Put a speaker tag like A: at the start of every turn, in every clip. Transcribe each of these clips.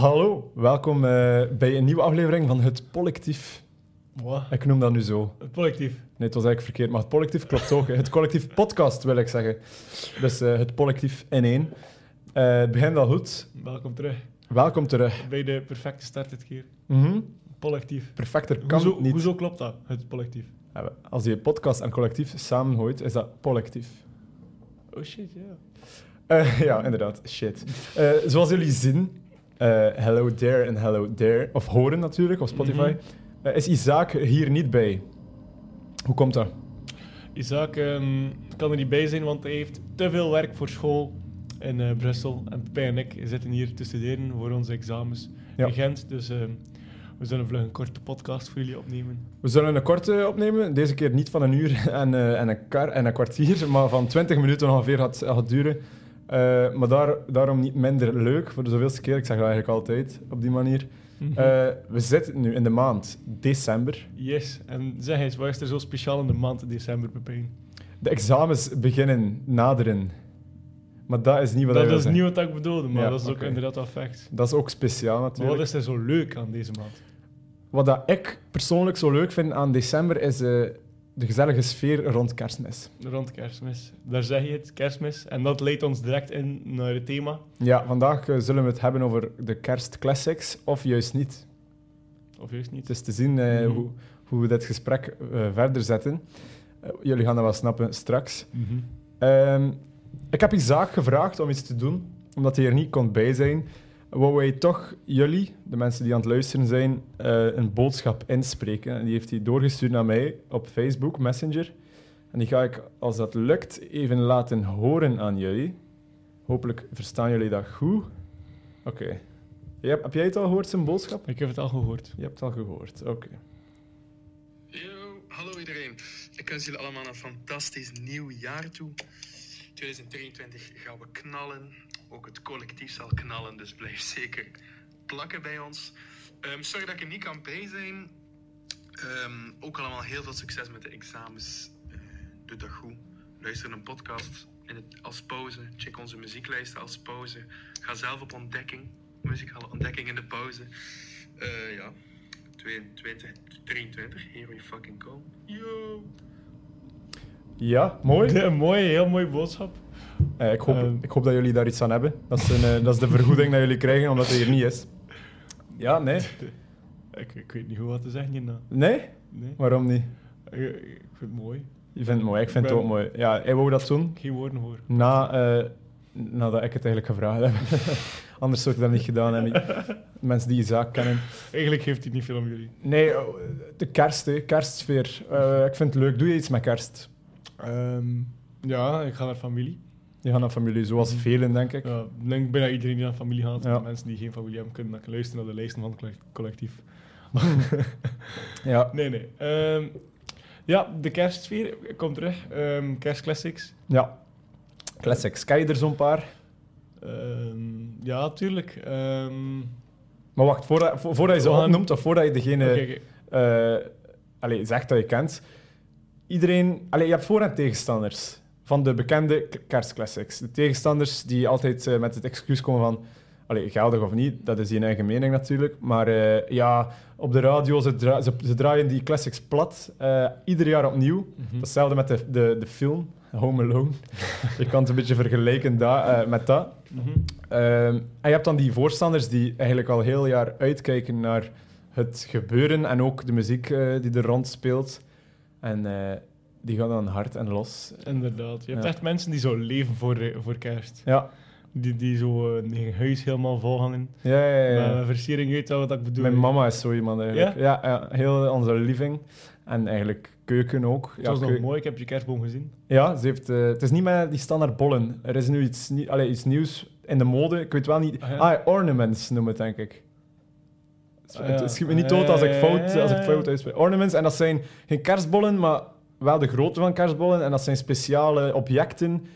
A: Hallo, welkom eh, bij een nieuwe aflevering van Het Collectief.
B: Wat?
A: Ik noem dat nu zo.
B: Het collectief.
A: Nee, het was eigenlijk verkeerd, maar Het Collectief klopt ook. hè. Het Collectief Podcast wil ik zeggen. Dus eh, Het Collectief in één. Eh, het begint al goed.
B: Welkom terug
A: Welkom terug.
B: bij de perfecte start dit keer.
A: Mhm.
B: Collectief.
A: Perfecter kan
B: Hoezo,
A: niet.
B: hoezo klopt dat, het collectief?
A: Eh, Als je podcast en collectief samengooit, is dat collectief.
B: Oh shit, ja.
A: Eh, ja, inderdaad. Shit. Eh, zoals jullie zien, eh, Hello There en Hello There, of horen natuurlijk op Spotify,
B: Mhm.
A: eh, is Isaac hier niet bij. Hoe komt dat?
B: Isaac ehm, kan er niet bij zijn, want hij heeft te veel werk voor school in eh, Brussel. En Pepijn en ik zitten hier te studeren voor onze examens
A: Ja.
B: in Gent. Dus ehm, we zullen vlug een korte podcast voor jullie opnemen.
A: We zullen een korte opnemen. Deze keer niet van een uur en, eh, en, een, kar, en een kwartier, maar van 20 minuten ongeveer gaat, gaat duren. Eh, maar daar, daarom niet minder leuk voor de zoveelste keer. Ik zeg dat eigenlijk altijd op die manier.
B: Mhm.
A: Eh, we zitten nu in de maand december.
B: Yes, en zeg eens, wat is er zo speciaal in de maand december, Pepijn?
A: De examens beginnen naderen. Maar dat is niet wat ik
B: Dat
A: wil
B: is
A: zeggen.
B: niet wat ik bedoelde, maar
A: Ja,
B: dat is ook
A: oké.
B: inderdaad wel fact.
A: Dat is ook speciaal
B: Maar
A: natuurlijk.
B: wat
A: Wat,
B: is er zo leuk aan deze maand?
A: dat ik persoonlijk zo leuk vind aan december is eh, de gezellige sfeer rond kerstmis.
B: Rond kerstmis. Daar zeg je het, kerstmis. En dat leidt ons direct in naar het thema.
A: Ja, vandaag eh, zullen we het hebben over de kerstclassics, of juist niet.
B: Of juist niet.
A: Het is te zien eh,
B: Mhm.
A: hoe, hoe we dit gesprek eh, verder zetten. Eh, jullie gaan dat wel snappen straks. Ehm, ik heb Isaac gevraagd om iets te doen, omdat hij er niet kon bij zijn. Wou wij toch jullie, de mensen die aan het luisteren zijn, eh, een boodschap inspreken. En die heeft hij doorgestuurd naar mij op Facebook Messenger. En die ga ik, als dat lukt, even laten horen aan jullie. Hopelijk verstaan jullie dat goed. Oké. Je hebt- Heb jij het al gehoord, zijn boodschap?
B: Ik heb het al gehoord.
A: Je hebt het al gehoord, oké.
C: Yo, hallo iedereen. Ik wens jullie allemaal een fantastisch nieuw jaar toe. 2023 gaan we knallen. Ook het collectief zal knallen, dus blijf zeker plakken bij ons. Ehm, sorry dat ik er niet kan bij zijn. Ehm, ook allemaal heel veel succes met de examens. Eh, doe dat goed. Luister een podcast in het, als pauze. Check onze muzieklijsten als pauze. Ga zelf op ontdekking. Muzikale ontdekking in de pauze. Eh, ja, 22, 23. Here we fucking come. Yo!
A: Ja, mooi.
B: Ja, Een mooie, heel mooie boodschap.
A: Eh, ik, hoop,
B: Ehm.
A: ik hoop dat jullie daar iets aan hebben. Dat is, een, eh, dat is de vergoeding dat jullie krijgen, omdat hij hier niet is. Ja, nee.
B: Ik, ik weet niet hoe wat te zeggen hierna.
A: Nee?
B: Nee.
A: Waarom niet?
B: Ik, ik vind het mooi.
A: Je vindt het mooi, ik vind het
B: Ben-
A: ook mooi. Ja, hij wou dat doen
B: Geen woorden voor.
A: na, eh, nadat ik het eigenlijk gevraagd heb. Anders zou ik dat niet gedaan hebben. Mensen die je zaak kennen.
B: Eigenlijk geeft hij niet veel om jullie.
A: Nee, oh, de kerst, hè, kerstsfeer. Eh, ik vind het leuk. Doe je iets met kerst?
B: Ehm, ja, ik ga naar familie.
A: Je gaat naar familie, zoals velen, denk ik.
B: Ja, ik denk bijna iedereen die naar familie gaat.
A: Ja.
B: De mensen die geen familie hebben, kunnen dan luisteren naar de lijsten van het collect- collectief.
A: Ja,
B: Nee, nee. Ehm, ja, de kerstsfeer komt terug. Ehm, kerstclassics.
A: ja. classics. Ken je er zo'n paar?
B: Ehm, ja, tuurlijk. Ehm,
A: Maar wacht, voordat, vo- voordat je ze
B: We gaan-
A: opnoemt of voordat je degene
B: Oh. oké, oké.
A: eh, allee, zegt dat je kent. Iedereen, allee, je hebt voor- en tegenstanders van de bekende k- kerstclassics. De tegenstanders die altijd eh, met het excuus komen van. Allee, geldig of niet, dat is je eigen mening natuurlijk. Maar eh, ja, op de radio, ze, dra- ze, ze draaien die classics plat. eh, ieder jaar opnieuw.
B: Mhm.
A: Hetzelfde met de, de, de film, Home Alone. je kan het een beetje vergelijken da, eh, met dat.
B: Mhm.
A: Ehm, en je hebt dan die voorstanders die eigenlijk al heel jaar uitkijken naar het gebeuren en ook de muziek eh, die er rond speelt. En eh, die gaan dan hard en los.
B: Inderdaad. Je hebt
A: Ja.
B: echt mensen die zo leven voor, eh, voor kerst.
A: Ja,
B: Die, die zo eh, hun huis helemaal vol hangen.
A: ja, ja.
B: Ja.
A: ja, ja.
B: versiering, je weet wel wat ik bedoel.
A: Eh, Mijn mama is zo iemand eigenlijk. Ja?
B: Ja?
A: Ja, heel onze living. En eigenlijk keuken ook.
B: Het
A: ja,
B: was nog
A: keu-
B: mooi, ik heb je kerstboom gezien.
A: Ja, ze heeft, eh, het is niet meer die standaard bollen. Er is nu iets, nie- allee, iets nieuws in de mode. Ik weet wel niet.
B: Ah, ja.
A: Ah, ornaments noemen het, denk ik. Het-
B: Ah, ja.
A: Het schiet me niet dood als ik fout, als ik fout uitspreek. Ornaments, en dat zijn geen kerstbollen, maar wel de grootte van kerstbollen. En dat zijn speciale objecten.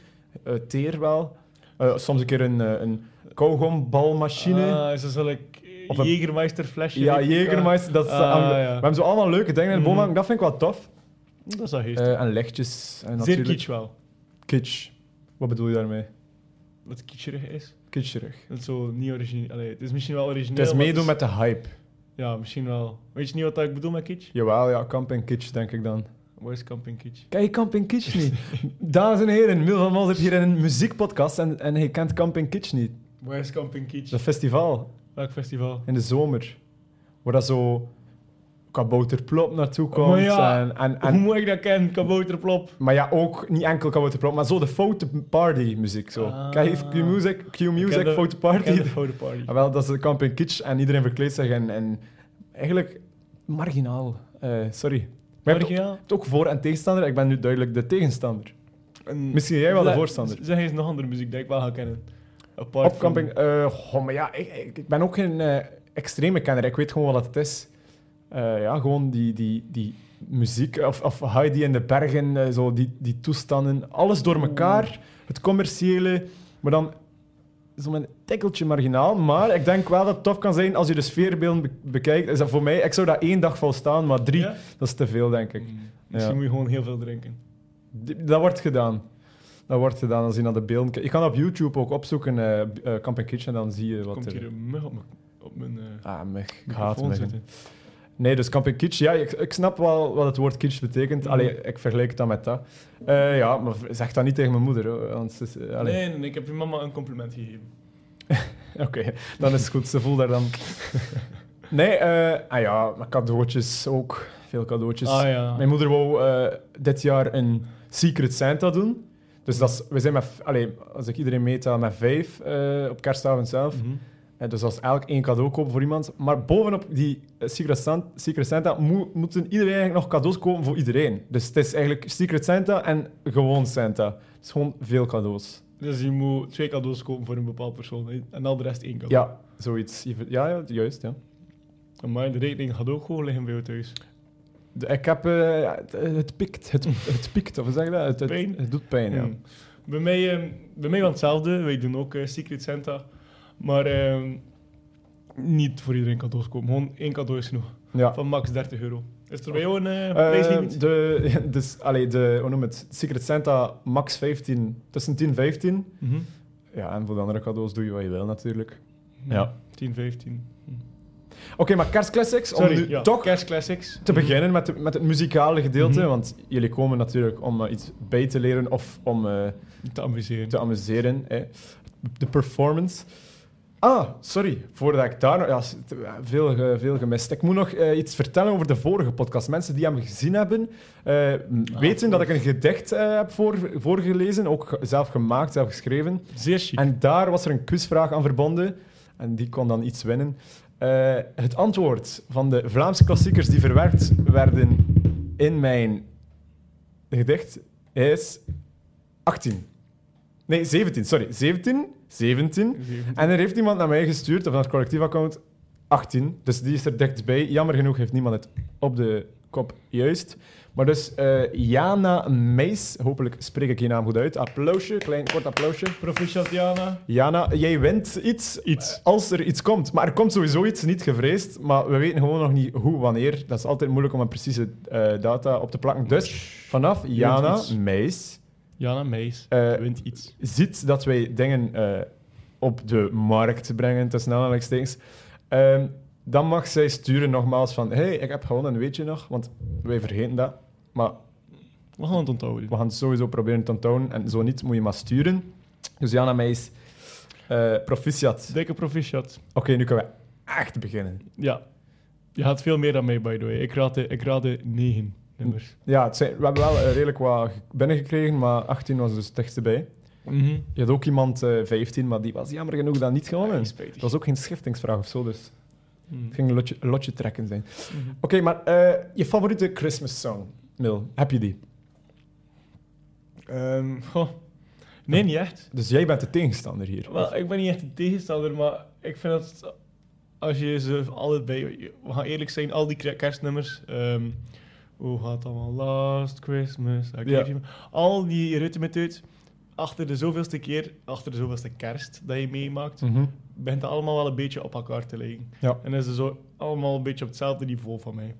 A: eh, teer wel. Eh, soms een keer een, eh, een kauwgombalmachine.
B: Ah, is dat zo'n like,
A: Of een-
B: Jägermeister flesje?
A: ja,
B: weet ik.
A: Jägermeister. Dat is, eh,
B: Ah,
A: aan-
B: ja.
A: We hebben zo allemaal leuke dingen in de boom
B: Mhm.
A: hangen. Dat vind ik wel tof.
B: Ah, Dat is wel geestig.
A: Eh, en lichtjes. En
B: Zeer
A: natuurlijk
B: kitsch wel.
A: kitsch. Wat bedoel je daarmee?
B: Wat kitscherig is.
A: kitscherig.
B: Dat is zo niet origineel. Allee, het is misschien wel origineel.
A: Het is
B: maar
A: meedoen
B: is-
A: met de hype.
B: Ja, misschien wel. Weet je niet wat ik bedoel met kitsch?
A: Jawel, ja, camping kitsch denk ik dan.
B: Where's camping kitsch?
A: Kijk, camping kitsch niet. Dames en heren, Mil van Mol zit hier in een muziekpodcast en, en hij kent camping kitsch niet.
B: Where's camping kitsch?
A: Dat festival
B: Welk festival?
A: in de zomer, waar dat zo kabouterplop naartoe komt.
B: Maar ja,
A: en, en,
B: Hoe
A: en,
B: moet ik dat kennen? Kabouterplop.
A: maar ja, ook niet enkel kabouterplop, maar zo de foute party muziek. Zo.
B: Ah.
A: Kijk, Q-music,
B: Ik ken
A: Q-music,
B: de-
A: foute
B: Ik ken
A: party.
B: de Foute Party.
A: Ah, wel, dat is de camping kitsch en iedereen verkleedt zich en, en eigenlijk marginaal. Eh, sorry. Maar je hebt
B: Marginaal?
A: ook- ook voor- en tegenstander. Ik ben nu duidelijk de tegenstander. Misschien jij wel de
B: Zeg-
A: voorstander.
B: Zeg eens nog andere muziek die ik wel ga kennen. Apart
A: Op camping, eh, goh, maar ja, ik, ik, ik ben ook geen eh, extreme kenner. Ik weet gewoon wat het is. Eh, ja, gewoon die, die, die muziek of, of Heidi in de bergen, eh, zo die, die toestanden. Alles door elkaar. Het commerciële, maar dan zo'n tikkeltje marginaal. Maar ik denk wel dat het tof kan zijn als je de sfeerbeelden be- bekijkt. Is dat voor mij, ik zou dat één dag volstaan, maar drie,
B: Ja?
A: dat is te veel, denk ik.
B: Mm, Misschien
A: Ja.
B: moet je gewoon heel veel drinken.
A: Die- Dat wordt gedaan. Dat wordt gedaan als je naar de beelden kijkt. Je kan op YouTube ook opzoeken, eh eh, Camping Kitchen, en dan zie je wat
B: Komt
A: er...
B: hier een mug op mijn, op mijn eh,
A: Ah, mech. Ik haat
B: microfoon
A: muggen.
B: zitten.
A: Nee, dus camping kitsch. Ja, ik, ik snap wel wat het woord kitsch betekent. Allee,
B: Mm.
A: ik vergelijk het dan met dat. Eh, ja, maar zeg dat niet tegen mijn moeder. Hoor, want ze is- eh, allee.
B: Nee, nee, nee, ik heb je mama een compliment gegeven.
A: Oké, dan is het goed. Ze voelt daar dan... nee, eh, ah ja, maar cadeautjes ook. Veel cadeautjes.
B: Ah ja.
A: Mijn moeder wou eh, dit jaar een Secret Santa doen. Dus dat is, we zijn met... Allee, als ik iedereen meetel, met vijf eh, op kerstavond zelf.
B: Mhm.
A: Eh, Dus als elk één cadeau kopen voor iemand. Maar bovenop die eh, Secret Santa, Secret Santa moe- moeten iedereen eigenlijk nog cadeaus kopen voor iedereen. Dus het is eigenlijk Secret Santa en gewoon Santa. Het is gewoon veel cadeaus.
B: Dus je moet twee cadeaus kopen voor een bepaald persoon hè, en al de rest één cadeau.
A: Ja, zoiets. Je ver- Ja, ja juist. Ja.
B: Maar de rekening gaat ook gewoon liggen bij jou thuis.
A: De- ik heb... eh, ja, het, het pikt. Het, het pikt, of hoe zeg je dat? Het, het,
B: Pijn.
A: het doet pijn, ja.
B: Hmm. Bij mij, ehm bij mij was hetzelfde. Wij doen ook eh, Secret Santa. Maar ehm, niet voor iedereen cadeaus kopen. Gewoon één cadeau is genoeg.
A: ja.
B: Van max 30 euro. Is er bij jou een eh
A: Eh,
B: prijslimiet?
A: de, dus, allee, de, hoe noem het? Secret Santa max 15, tussen 10 en 15.
B: Mhm.
A: Ja, en voor de andere cadeaus doe je wat je wil natuurlijk.
B: Ja. 10, 15.
A: Oké, maar kerstclassics, om
B: Hmm. Sorry,
A: nu
B: ja.
A: toch
B: Kerstclassics.
A: te beginnen met, de- met het muzikale gedeelte,
B: Mhm.
A: want jullie komen natuurlijk om eh, iets bij te leren of om eh,
B: Te amuseren.
A: te amuseren. hè. De performance. Ah, sorry, voordat ik daar nog... Ja, s- t- veel, ge- veel gemist. Ik moet nog eh, iets vertellen over de vorige podcast. Mensen die hem gezien hebben, eh, m-
B: Ah,
A: weten dat ik
B: goed.
A: een gedicht eh, heb voor, voorgelezen, ook ge- zelf gemaakt, zelf geschreven.
B: Zeer chic.
A: En daar was er een quizvraag aan verbonden. En die kon dan iets winnen. Eh, het antwoord van de Vlaamse klassiekers die verwerkt werden in mijn gedicht is 18. Nee, 17, sorry. 17, 17.
B: Zeven.
A: En er heeft iemand naar mij gestuurd, of naar het collectief-account, 18. Dus die is er dichtbij. Jammer genoeg heeft niemand het op de kop juist. Maar dus eh, Jana Meis, hopelijk spreek ik je naam goed uit. Applausje, klein kort applausje.
B: Proficiat Diana.
A: Jana, jij wint iets,
B: Iets.
A: eh, als er iets komt. Maar er komt sowieso iets, niet gevreesd. Maar we weten gewoon nog niet hoe, wanneer. Dat is altijd moeilijk om een precieze eh, data op te plakken. Dus vanaf Jana
B: iets.
A: Meis
B: Jana Meis.
A: Eh,
B: wint iets.
A: ziet dat wij dingen eh, op de markt brengen, tussen aanhalingstekens, ehm, dan mag zij sturen nogmaals van hey, ik heb gewonnen, weet je nog? Want wij vergeten dat. Maar
B: We gaan het onthouden.
A: we gaan het sowieso proberen te onthouden. En zo niet, moet je maar sturen. Dus Jana Meis, eh, proficiat.
B: Dikke proficiat.
A: Oké, nu kunnen we echt beginnen.
B: Ja. Je had veel meer dan mij, by the way. Ik raadde, ik raadde negen nummers.
A: Ja, het zijn, we hebben wel eh, redelijk wat ge- binnengekregen, maar 18 was dus het dichtste bij.
B: Mhm.
A: Je had ook iemand eh 15, maar die was jammer genoeg dan niet gewonnen.
B: Ja,
A: Het
B: spijtig.
A: was ook geen schiftingsvraag of zo, dus
B: Mhm.
A: het ging een lotje, een lotje trekken zijn.
B: Mhm.
A: Oké, maar eh, je favoriete Christmas song, Mil, heb je die?
B: Ehm, goh. Nee, niet echt.
A: Dus jij bent de tegenstander hier.
B: Wel, ik ben niet echt een tegenstander, maar ik vind dat als je ze altijd bij. We gaan eerlijk zijn, al die kre- kerstnummers. ehm hoe gaat het allemaal? Last Christmas. I
A: Ja.
B: gave you- Al die rutten met uit. Achter de zoveelste keer, achter de zoveelste kerst dat je meemaakt,
A: Mhm.
B: begint het allemaal wel een beetje op elkaar te liggen.
A: Ja.
B: En is het zo allemaal een beetje op hetzelfde niveau van mij.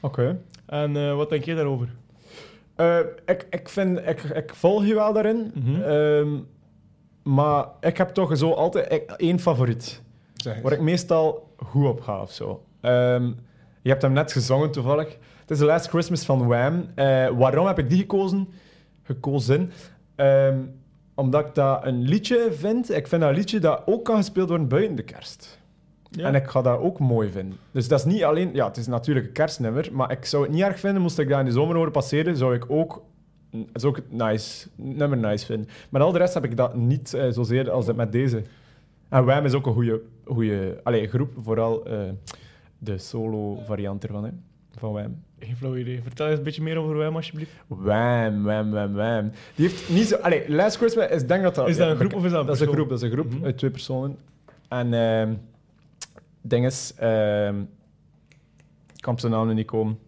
A: Oké.
B: En eh, wat denk jij daarover?
A: Eh, ik, ik, vind, ik, ik volg je wel daarin.
B: Mhm.
A: Ehm, Maar ik heb toch zo altijd e- één favoriet.
B: Zeg eens.
A: Waar ik meestal goed op ga of zo. Ehm, je hebt hem net gezongen toevallig. Het is The Last Christmas van Wham. Eh, waarom heb ik die gekozen? Gekozen. Ehm, omdat ik dat een liedje vind. Ik vind dat een liedje dat ook kan gespeeld worden buiten de kerst.
B: Ja.
A: En ik ga dat ook mooi vinden. Dus dat is niet alleen... Ja, het is natuurlijk een kerstnummer, maar ik zou het niet erg vinden moest ik dat in de zomer horen passeren, zou ik ook... Het is ook het nice, nummer nice vinden. Maar al de rest heb ik dat niet eh, zozeer als dat met deze. En Wham is ook een goede goede, allee, groep, vooral eh, de solo-variant ervan, hè, van Wham.
B: Geen flauw idee. Vertel eens een beetje meer over Wham, alsjeblieft.
A: Wham, wham, wham, wham. Die heeft niet zo... Allee, Last Christmas is denk dat dat...
B: Is dat een
A: ja,
B: groep of is dat een
A: Dat is een
B: persoon?
A: groep, dat is een groep
B: Mhm.
A: uit twee personen. En ehm ding is... ehm, ik kan op zijn naam nu niet komen.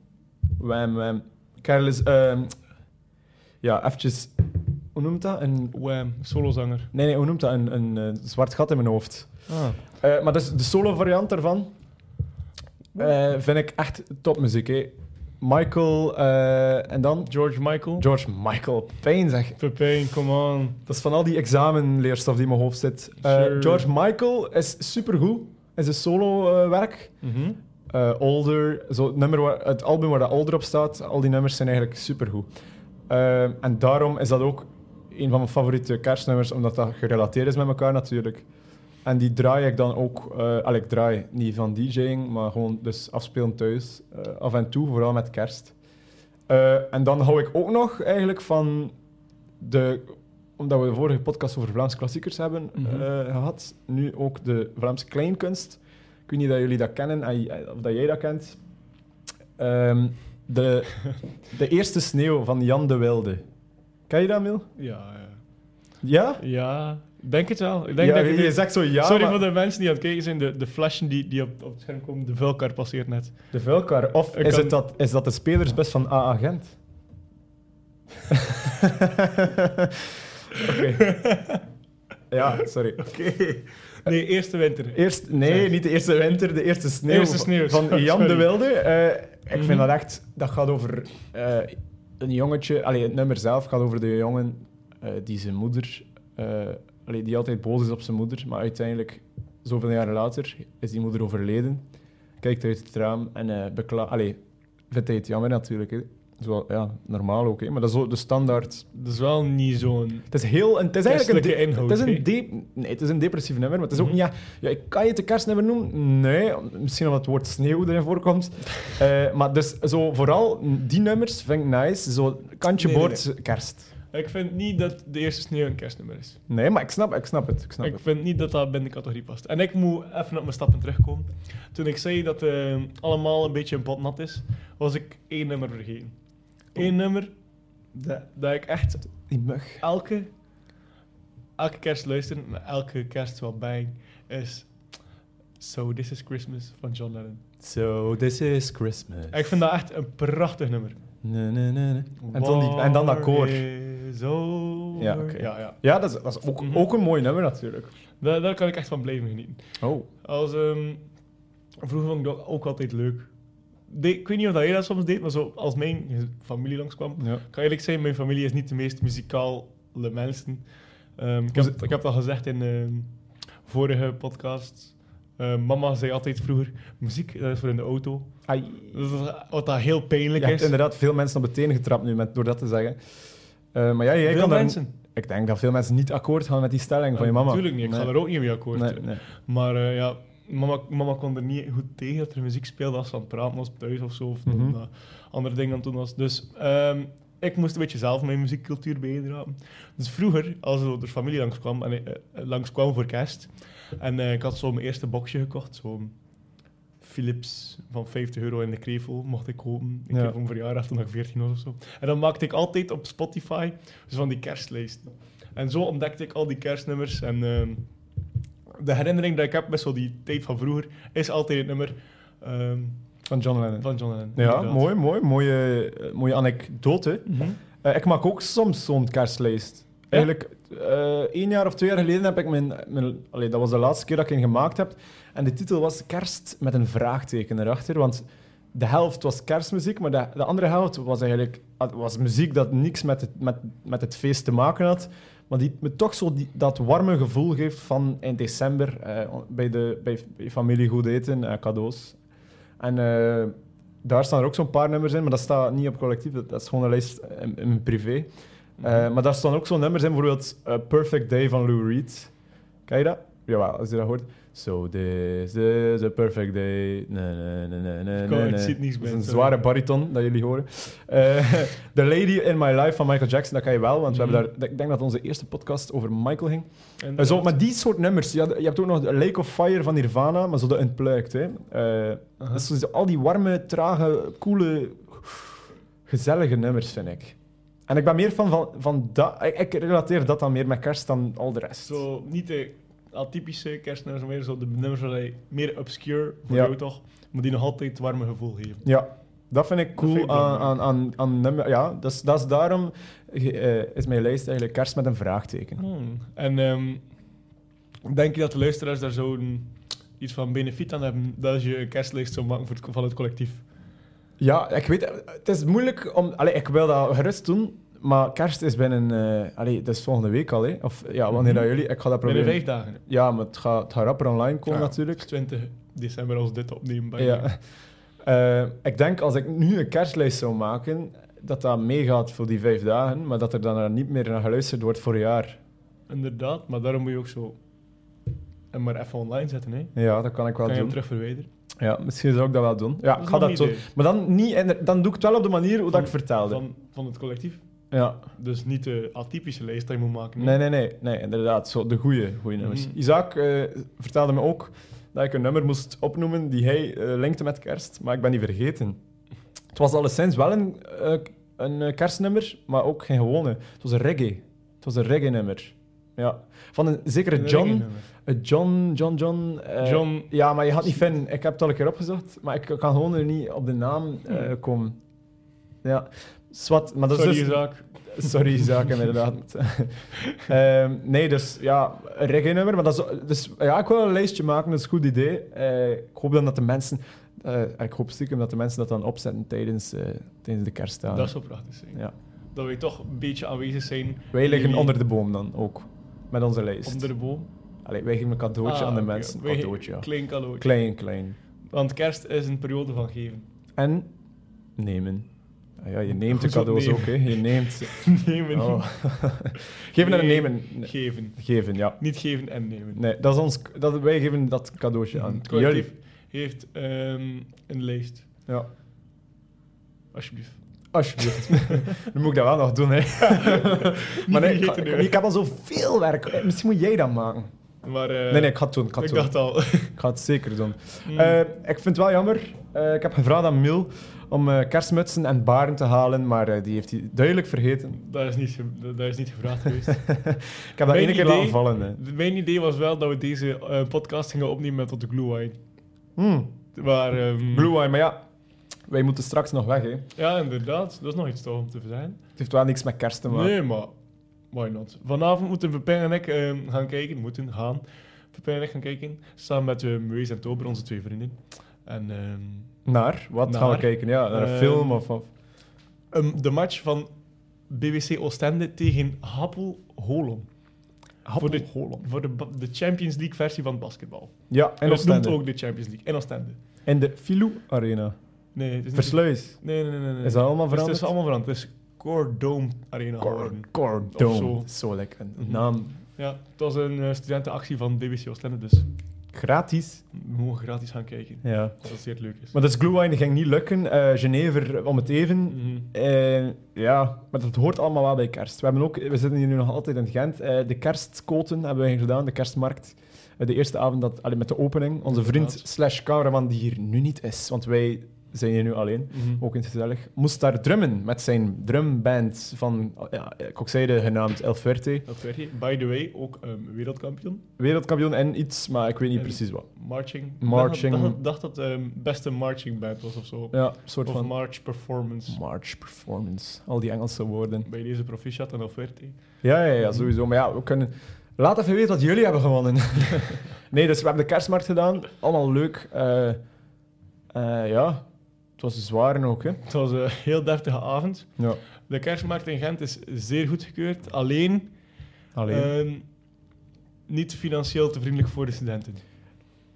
A: Wham, wham. Karel is... ehm, ja, eventjes... Hoe noemt dat? Een,
B: Wham, solozanger.
A: nee, nee, hoe noemt dat? Een, een, eh, zwart gat in mijn hoofd.
B: Ah.
A: Eh, maar dus de solo-variant daarvan eh, vind ik echt topmuziek. Hè. Michael eh, en dan
B: George Michael.
A: George Michael Payne, zeg.
B: Pepijn, come on.
A: Dat is van al die examenleerstof die in mijn hoofd zit. Eh,
B: Sure.
A: George Michael is supergoed. Is een solo-werk.
B: Mhm.
A: Eh, older, zo het, nummer waar, het album waar dat Older op staat, al die nummers zijn eigenlijk supergoed. Eh, en daarom is dat ook een van mijn favoriete kerstnummers, omdat dat gerelateerd is met elkaar natuurlijk. En die draai ik dan ook, eh al ik draai niet van DJing, maar gewoon dus afspelen thuis, eh, af en toe, vooral met kerst. Eh, en dan hou ik ook nog eigenlijk van de, omdat we de vorige podcast over Vlaamse klassiekers hebben
B: Mhm.
A: eh, gehad, nu ook de Vlaamse kleinkunst. Ik weet niet dat jullie dat kennen, en j- of dat jij dat kent. Ehm, de, de eerste sneeuw van Jan de Wilde. Ken je dat, Mil?
B: Ja, ja.
A: Ja?
B: Ja, denk het wel. Ik denk
A: ja
B: dat
A: je,
B: ik nu-
A: je zegt zo ja,
B: Sorry
A: maar
B: voor de mensen die aan het kijken zijn. De, de flashen die, die op, op het scherm komen, de vuilkar passeert net.
A: de vuilkar. Of
B: Ik
A: is,
B: kan-
A: het dat, is dat de spelersbest van AA Gent? Oké. Ja, sorry.
B: Nee, eerste winter.
A: Eerst, nee, niet de eerste winter, de eerste sneeuw,
B: De eerste sneeuw,
A: van
B: sorry.
A: Jan de Wilde. Eh, ik vind
B: Mhm.
A: dat echt... Dat gaat over eh, een jongetje... Allee, het nummer zelf gaat over de jongen eh, die zijn moeder... eh, allee, die altijd boos is op zijn moeder, maar uiteindelijk, zoveel jaren later, is die moeder overleden. Kijkt uit het raam en eh bekla- Allee, vindt hij het jammer natuurlijk. Hè. Zo, ja, normaal ook, hè. maar dat is zo de standaard...
B: Dat is wel niet zo'n...
A: Het is heel... een- Het is eigenlijk een,
B: Kerstelijke
A: de-
B: inhoud,
A: het is een
B: hè? Mhm.
A: de- nee, het is een depressief nummer, maar het is ook niet... Ja, ja, kan je het een kerstnummer noemen? Nee, misschien omdat het woord sneeuw erin voorkomt. Eh, maar dus zo, vooral die nummers vind ik nice. Zo kantje
B: Nee, nee,
A: boord kerst.
B: Ik vind niet dat de eerste sneeuw een kerstnummer is.
A: Nee, maar ik snap, ik snap het. Ik snap
B: Ik
A: het.
B: vind niet dat dat binnen de categorie past. En ik moet even op mijn stappen terugkomen. Toen ik zei dat eh, allemaal een beetje een pot nat is, was ik één nummer vergeten.
A: Oh.
B: Eén nummer dat, dat ik echt
A: Die mug.
B: elke, elke kerst luisteren, maar elke kerst wel bang, is So This Is Christmas van John Lennon.
A: So, this is Christmas.
B: Ik vind dat echt een prachtig nummer.
A: Nee, nee, nee, nee. En, dan die, en dan dat koor.
B: Zo.
A: Ja, oké.
B: ja, ja.
A: Ja, dat is, dat is ook,
B: Mhm.
A: ook een mooi nummer natuurlijk.
B: Daar, daar kan ik echt van blijven genieten.
A: Oh.
B: Als, ehm, vroeger vond ik dat ook altijd leuk. De- ik weet niet of dat jij dat soms deed, maar zo, als mijn familie langskwam,
A: Ja.
B: Ik kan eerlijk zijn, mijn familie is niet de meest muzikale mensen. Ehm, ik,
A: Hoe
B: heb, ik heb dat gezegd in ehm, vorige podcast. Ehm, mama zei altijd vroeger, muziek dat is voor in de auto.
A: Ai.
B: Dat is wat dat heel pijnlijk
A: Je hebt
B: is.
A: inderdaad veel mensen op de tenen getrapt nu met, door dat te zeggen. Eh, maar ja, jij
B: Veel
A: kan daar-
B: mensen.
A: ik denk dat veel mensen niet akkoord gaan met die stelling van je mama.
B: Natuurlijk niet, ik ga
A: Nee.
B: er ook niet mee akkoord.
A: Nee, nee.
B: Maar eh, ja, mama, mama kon er niet goed tegen dat er muziek speelde als ze aan het praten was thuis of zo. Of
A: Mhm.
B: eh, andere dingen aan het doen was. Dus ehm, ik moest een beetje zelf mijn muziekcultuur bijdragen. Dus vroeger, als er door familie langskwam, en, ik, eh, eh, langskwam voor kerst. En eh, ik had zo mijn eerste boxje gekocht. Zo'n Philips van 50 euro in de krevel mocht ik kopen. Ik
A: Ja.
B: heb hem verjaardag toen ik 14 was of zo. En dan maakte ik altijd op Spotify dus van die kerstlijsten. En zo ontdekte ik al die kerstnummers. En ehm, de herinnering die ik heb met zo die tijd van vroeger is altijd het nummer ehm,
A: Van John Lennon.
B: van John Lennon.
A: ja,
B: inderdaad.
A: mooi, mooi. Mooie, eh, mooie anekdote.
B: Mhm.
A: Eh, ik maak ook soms zo'n kerstlijst. Eigenlijk, eh, één jaar of twee jaar geleden heb ik mijn... mijn allee, dat was de laatste keer dat ik een gemaakt heb. En de titel was Kerst met een vraagteken erachter. Want de helft was kerstmuziek, maar de, ah, de andere helft was eigenlijk was muziek dat niks met het, met, met het feest te maken had. Maar die me toch zo die, dat warme gevoel geeft van in december eh, bij, de, bij, bij familie goed eten, en cadeaus. En eh, daar staan er ook zo'n paar nummers in, maar dat staat niet op collectief, dat, dat is gewoon een lijst in, in mijn privé. Eh, maar daar staan ook zo'n nummers in, bijvoorbeeld eh, Perfect Day van Lou Reed. Ken je dat? Jawel, als je dat hoort. So this is a perfect day. Na, na, na, na, na,
B: Ik kan-
A: na,
B: ik
A: na.
B: zie het niks
A: Dat is
B: bij,
A: een
B: sorry.
A: zware bariton dat jullie horen. Eh, The Lady in My Life van Michael Jackson, dat kan je wel, want we
B: Mhm.
A: hebben daar, ik denk dat onze eerste podcast over Michael ging.
B: En eh,
A: Maar zo, maar die soort nummers, je, had- je hebt ook nog The Lake of Fire van Nirvana, maar zo de Unplugged. Hè. Eh,
B: Uh-huh.
A: dat is zo- al die warme, trage, coole, gezellige nummers, vind ik. En ik ben meer fan van, van dat. Ik, ik relateer dat dan meer met kerst dan al de rest.
B: Zo, niet de atypische kerstnummers, maar meer zo de nummers waar hij meer obscure voor
A: Ja.
B: jou toch, maar die nog altijd het warme gevoel geven.
A: Ja, dat vind ik cool
B: vind ik
A: aan, aan,
B: belangrijk.
A: aan, aan nummer. Ja, dat is, dat is daarom ge- eh, is mijn lijst eigenlijk kerst met een vraagteken.
B: Hmm. En ehm, denk je dat de luisteraars daar zo'n iets van benefiet aan hebben dat je een kerstlijst zou maken voor het, van het collectief?
A: Ja, ik weet, eh, het is moeilijk om. Allee, ik wil dat gerust doen, maar kerst is binnen. eh allee, dat is volgende week al, hè? Of ja, wanneer dat jullie. Ik ga dat
B: Mhm. Binnen
A: proberen.
B: vijf dagen.
A: Ja, maar het gaat, het gaat rapper online komen
B: Ja.
A: natuurlijk.
B: 20 december als dit opnemen. bij
A: Ja.
B: mij.
A: Eh, ik denk als ik nu een kerstlijst zou maken, dat dat meegaat voor die vijf dagen, maar dat er dan niet meer naar geluisterd wordt voor een jaar.
B: Inderdaad, maar daarom moet je ook zo. En maar even online zetten, hè?
A: Ja, dat kan ik wel
B: Kan je hem
A: doen.
B: terug verwijderen?
A: Ja, misschien zou ik dat wel doen. Ja,
B: Dat
A: ik
B: is
A: ga
B: een
A: dat
B: idee.
A: doen. Maar dan, niet, en dan doe ik het wel op de manier hoe dat ik vertelde.
B: Van, van het collectief.
A: Ja.
B: Dus niet de atypische lijst die je moet maken.
A: Nee, nee, nee, nee, inderdaad. Zo, de goede goeie nummers.
B: Mhm.
A: Isaac eh, vertelde me ook dat ik een nummer moest opnoemen die hij eh, linkte met kerst, maar ik ben die vergeten. Het was alleszins wel een, eh, een eh, kerstnummer, maar ook geen gewone. Het was een reggae. Het was een reggae-nummer. Ja. Van een zekere
B: Een
A: John.
B: regenummer.
A: eh, John, John, John. eh,
B: John-
A: Ja, maar je gaat niet vinden. Ik heb het al een keer opgezocht, maar ik kan gewoon er niet op de naam eh, komen. Ja. Zwat, maar dat is
B: Sorry,
A: dus-
B: Isaac.
A: Sorry, zaak inderdaad. Ehm, nee, dus ja, een reggae-nummer. Maar dat is, dus, ja, ik wil een lijstje maken, dat is een goed idee. Eh, ik hoop dan dat de mensen... eh, ik hoop stiekem dat de mensen dat dan opzetten tijdens, eh, tijdens de kerstdagen.
B: Dat zou prachtig zijn.
A: Ja.
B: Dat wij toch een beetje aanwezig zijn.
A: Wij liggen
B: Jullie
A: onder de boom dan ook, met onze lijst.
B: onder de boom.
A: Allee, wij geven een cadeautje
B: Ah,
A: aan de
B: oké.
A: mensen.
B: Wij-
A: cadeautje, ja.
B: Klein cadeautje.
A: Klein, klein.
B: Want kerst is een periode van geven.
A: En nemen. Ah ja, je neemt de
B: Goed
A: cadeaus ook,
B: opnemen.
A: hè. Je neemt...
B: nemen.
A: Oh. Geven en
B: Nee,
A: nemen.
B: Geven.
A: Geven, ja.
B: Niet geven en nemen.
A: Nee, dat is ons, dat, wij geven dat cadeautje aan
B: Het Mm, collectief
A: jullie.
B: heeft ehm, een lijst.
A: Ja.
B: Alsjeblieft.
A: Alsjeblieft. Dan moet ik dat wel nog doen, hè. maar nee, ik, ga-
B: vergeten,
A: ik-
B: hè.
A: ik heb al zoveel werk. Eh, Misschien moet jij dat maken.
B: Maar, eh,
A: nee, nee, ik ga het doen. Ik ga het,
B: ik
A: doen.
B: dacht al.
A: Ik ga het zeker doen. Eh, ik vind het wel jammer. Eh, ik heb gevraagd aan Mil om eh, kerstmutsen en baren te halen, maar eh, die heeft hij duidelijk vergeten.
B: Hmm, dat, is niet, ge- dat dat is niet gevraagd geweest.
A: ik heb dat
B: Mijn
A: één keer
B: idee-
A: laten vallen. Hè.
B: Mijn idee was wel dat we deze eh, podcast gingen opnemen met tot de glue wine.
A: Hmm,
B: Maar, ehm,
A: Blue Eye, maar ja. Wij moeten straks nog weg, hè. Het
B: Ja, inderdaad. Dat is nog iets tof om te zijn.
A: heeft wel niks met kerst te maken.
B: Nee, maar why not? Vanavond moeten Pepijn en ik ehm, gaan kijken. Moeten gaan. Pepijn en ik gaan kijken. Samen met uh, Meus en Tober, onze twee vrienden. En ehm,
A: Naar? Wat gaan we
B: Naar?
A: kijken? Ja, naar een
B: Eh,
A: film of... of...
B: ehm, de match van BBC Oostende tegen Hapoel Holon. Voor de, voor de, ba- de Champions League versie van basketbal.
A: Ja,
B: En
A: en
B: dat noemt
A: Oostende.
B: ook de Champions League. En Oostende.
A: In de Filou Arena.
B: Nee, het is niet-
A: Versluis.
B: Nee, nee, nee, nee, nee.
A: Is dat allemaal
B: Het is- Het
A: veranderd?
B: is allemaal veranderd. Het is Core Dome Arena geworden. Of
A: Cordon.
B: zo.
A: Zo lekker. Een
B: Mhm.
A: naam.
B: Ja, het was een eh, studentenactie van BBC Oostende, dus
A: Gratis.
B: we mogen gratis gaan kijken.
A: Ja.
B: Dat is zeer leuk is.
A: Maar dus Glue Wine ging niet lukken. eh Genever om het even.
B: Mhm.
A: Eh, ja, maar dat hoort allemaal wel bij kerst. We, hebben ook, we zitten hier nu nog altijd in Gent. Eh, de kerstkoten hebben wij gedaan, de kerstmarkt. Eh, de eerste avond dat, allee, met de opening. Onze vriend
B: Inderdaad.
A: slash cameraman die hier nu niet is, want wij zijn hier nu alleen.
B: Mhm.
A: Ook in het gezellig. Moest daar drummen met zijn drumband van ja, Kokseide genaamd El Fuerte.
B: Dat werd je. By the way, ook ehm, wereldkampioen.
A: Wereldkampioen en iets, maar ik weet niet
B: En-
A: precies wat.
B: Marching.
A: Marching.
B: Ik dacht, dat- dacht dat ehm, beste marching band was of zo.
A: Ja, een soort
B: of
A: van
B: march performance.
A: March Performance. Al die Engelse woorden.
B: Bij deze proficiat en offerte.
A: Ja, ja, ja, sowieso. Maar ja, we kunnen... Laat even weten wat jullie hebben gewonnen. nee, dus we hebben de kerstmarkt gedaan. Allemaal leuk. Eh, eh, ja, het was zwaar ook, hè.
B: Het was een heel deftige avond.
A: Ja.
B: De kerstmarkt in Gent is zeer goedgekeurd. Alleen,
A: Alleen.
B: Ehm, niet financieel te vriendelijk voor de studenten.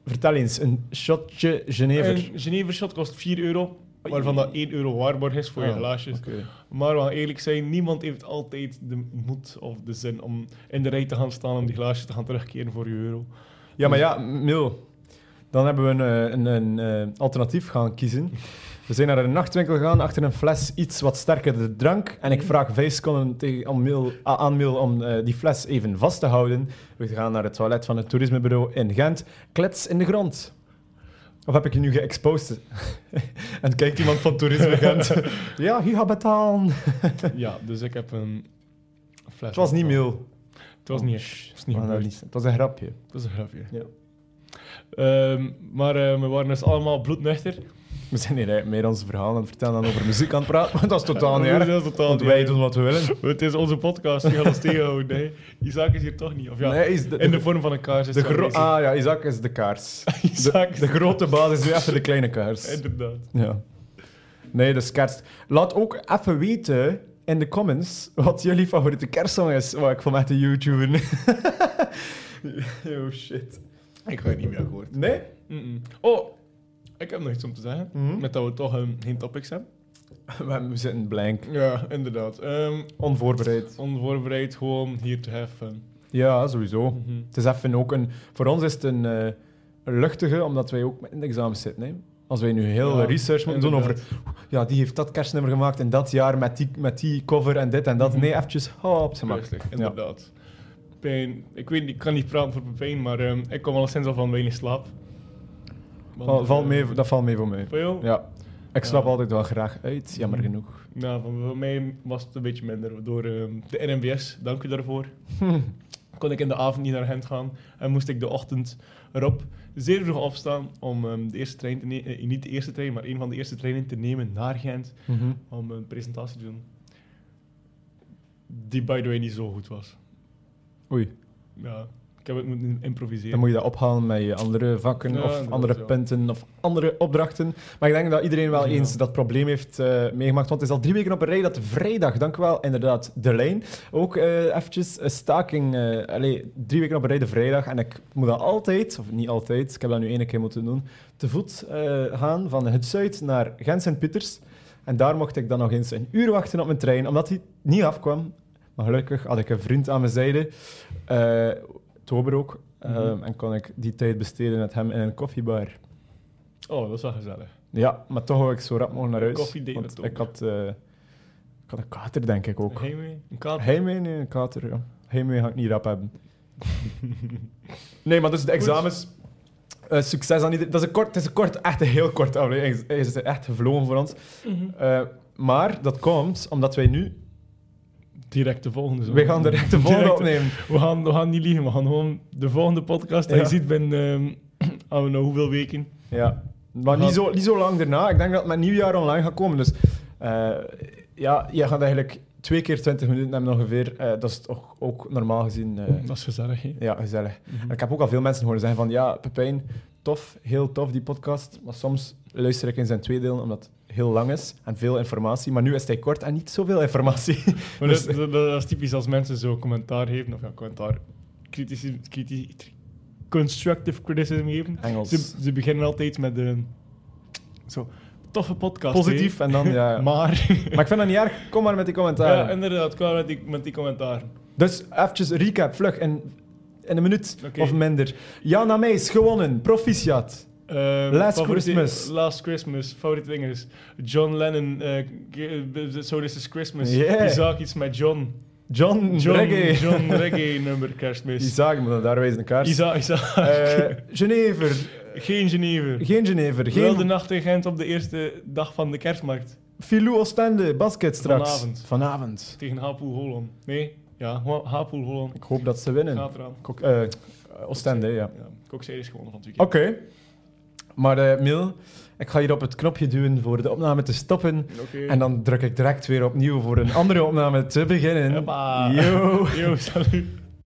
A: Vertel eens, een shotje Genever.
B: Een Genevershot kost 4 euro, waarvan dat 1 euro waarborg is voor je
A: Ah,
B: glaasjes.
A: Oké.
B: Maar we gaan eerlijk zijn, niemand heeft altijd de moed of de zin om in de rij te gaan staan om die glaasjes te gaan terugkeren voor je euro.
A: Ja, maar ja, Mil. Dan hebben we een, eh, een, een, eh, alternatief gaan kiezen. We zijn naar een nachtwinkel gegaan achter een fles iets wat sterkere drank. En ik vraag vijf seconden tegen- aan Mil, a- aan Mil om eh, die fles even vast te houden. We gaan naar het toilet van het toerismebureau in Gent. Klets in de grond. Of heb ik je nu geëxposed? en kijkt iemand van toerisme Gent. ja, hier gaat betalen.
B: ja, dus ik heb een fles.
A: Het was niet Mil.
B: Het was niet echt. Het is niet
A: Ah, nou,
B: gebeurd.
A: niet. Het was een grapje.
B: Dat is een grapje.
A: Ja.
B: Ehm, maar eh, we waren dus allemaal bloednuchter.
A: We zijn hier eigenlijk meer onze verhalen aan het vertellen dan over muziek aan het praten. Want dat is totaal niet erg.
B: Dat is totaal
A: Want
B: niet
A: wij
B: erg.
A: doen wat we willen.
B: Het is onze podcast, die gaat ons tegenhouden. Nee, die zaak is hier toch niet. Of ja,
A: Nee, is de,
B: in de vorm van een kaars is
A: de
B: het wel
A: gro-
B: deze.
A: ah ja, Isaac is de kaars.
B: Isaac
A: de,
B: is
A: de
B: de
A: grote baas is weer even de kleine kaars.
B: Inderdaad.
A: Ja. Nee, dat is kerst. Laat ook even weten in de comments wat jullie favoriete kerstsong is. Wat ik van met de YouTuber. oh shit.
B: Ik weet niet meer gehoord.
A: Nee?
B: Oh, ik heb nog iets om te zeggen.
A: Mhm.
B: Met dat we toch ehm, geen topics hebben.
A: We we zitten blank.
B: Ja, inderdaad. Ehm,
A: Onvoorbereid.
B: onvoorbereid, gewoon hier te heffen.
A: Ja, sowieso.
B: Mhm.
A: Het is even ook een... Voor ons is het een eh, luchtige, omdat wij ook in de examens zitten. Hè. Als wij nu heel
B: Ja,
A: research moeten doen over... Ja, die heeft dat kerstnummer gemaakt in dat jaar met die, met die cover en dit en dat.
B: Mhm.
A: Nee, eventjes oh, hop, ze
B: Vreselijk, inderdaad. Pijn. Ik weet niet, ik kan niet praten voor pijn, maar ehm, ik kom al sinds al van weinig slaap. Want,
A: valt
B: eh,
A: mee, dat valt mee voor mij.
B: Voor jou?
A: Ja. Ik slaap
B: Ja.
A: altijd wel graag uit, jammer
B: Mhm.
A: genoeg.
B: Nou, voor, voor mij was het een beetje minder. Door ehm, de NMBS, dank u daarvoor, kon ik in de avond niet naar Gent gaan. En moest ik de ochtend erop zeer vroeg opstaan om ehm, de eerste trein te nemen. niet de eerste trein, maar een van de eerste treinen te nemen naar Gent.
A: Mhm.
B: Om een presentatie te doen. Die, by the way, niet zo goed was.
A: Oei,
B: Ja, ik heb het moeten improviseren.
A: dan moet je dat ophalen met je andere vakken
B: Ja,
A: of
B: inderdaad,
A: andere
B: ja.
A: punten of andere opdrachten. Maar ik denk dat iedereen wel
B: Ja.
A: eens dat probleem heeft eh, meegemaakt. Want het is al drie weken op een rij dat vrijdag, dank u wel, inderdaad, de lijn. Ook eh eventjes een staking. eh, allee, drie weken op een rij de vrijdag. En ik moet dat altijd, of niet altijd, ik heb dat nu één keer moeten doen, te voet eh, gaan van het zuid naar Gent-Sint-Pieters. En daar mocht ik dan nog eens een uur wachten op mijn trein, omdat hij niet afkwam. Maar gelukkig had ik een vriend aan mijn zijde, eh, Tober ook.
B: Mhm.
A: ehm, en kon ik die tijd besteden met hem in een koffiebar.
B: Oh, dat is wel gezellig.
A: Ja, maar toch wou ik zo rap mogelijk naar huis.
B: Koffiedate
A: want
B: met Tober.
A: ik had, eh, ik had een kater, denk ik ook.
B: Heimwee, een kaart.
A: Heimwee, nee, een kater. Ja. Heimwee ga ik niet rap hebben. nee, maar dus de examens. eh, succes aan iedereen. Dat is een kort, het is een kort, echt een heel kort aflevering. Het is echt gevlogen voor ons.
B: Mhm.
A: Eh, maar dat komt omdat wij nu...
B: Direct de volgende. zo.
A: Wij gaan direct de volgende
B: Direct-
A: opnemen.
B: We gaan, we gaan niet liegen, we gaan gewoon de volgende podcast. die
A: Ja.
B: je ziet binnen ehm, aan we nou hoeveel weken.
A: Ja, maar niet zo, niet zo lang daarna. Ik denk dat het met nieuwjaar online gaat komen. Dus eh, ja, je gaat eigenlijk twee keer 20 minuten hebben ongeveer. Eh, dat is toch ook normaal gezien eh,
B: Dat is gezellig. hè?
A: ja, gezellig.
B: Mhm.
A: En ik heb ook al veel mensen horen zeggen van ja, Pepijn, tof, heel tof die podcast. Maar soms luister ik in zijn twee delen omdat het heel lang is en veel informatie. Maar nu is hij kort en niet zoveel informatie.
B: Maar
A: Dus-
B: dat, dat, dat is typisch als mensen zo commentaar geven, of ja, commentaar, kritici, kriti- constructive criticism geven.
A: Engels.
B: Ze, ze beginnen altijd met een zo, toffe podcast. hè?
A: Positief en dan ja. ja. Maar
B: Maar,
A: ik vind dat niet eh, erg. Kom maar met die commentaren.
B: ja, inderdaad, kom maar met die, met die commentaar.
A: Dus eventjes recap, vlug, in, in een minuut
B: Oké.
A: of minder. Jana Meijs, gewonnen, proficiat.
B: Ehm,
A: Last
B: favoriete-
A: Christmas.
B: Last Christmas. Favoriete dingen is John Lennon. eh, ge- eh, so This Is Christmas.
A: Yeah.
B: Isaac iets met John.
A: John,
B: John
A: Reggae.
B: John Reggae nummer kerstmis.
A: Isaac, moet dat daar wijzen, een kaars.
B: Isa- Isaac.
A: Eh, Genever,
B: Geen Geneve.
A: geen Genever,
B: Wel de
A: geen
B: nacht in Gent op de eerste dag van de kerstmarkt.
A: Filou Oostende, basket straks.
B: Vanavond.
A: Vanavond.
B: Tegen Hapoel Holland. Nee? Ja, Ho- Hapoel Holland.
A: Ik hoop dat ze winnen.
B: Gaat eraan.
A: Kok, eh, Oostende, ja.
B: Ja, Kokzijde is gewonnen van het
A: Oké.
B: weekend.
A: Maar eh Mil, ik ga hier op het knopje duwen voor de opname te stoppen.
B: Oké.
A: En dan druk ik direct weer opnieuw voor een andere opname te beginnen.
B: Hoppa.
A: Yo.
B: Yo, salut.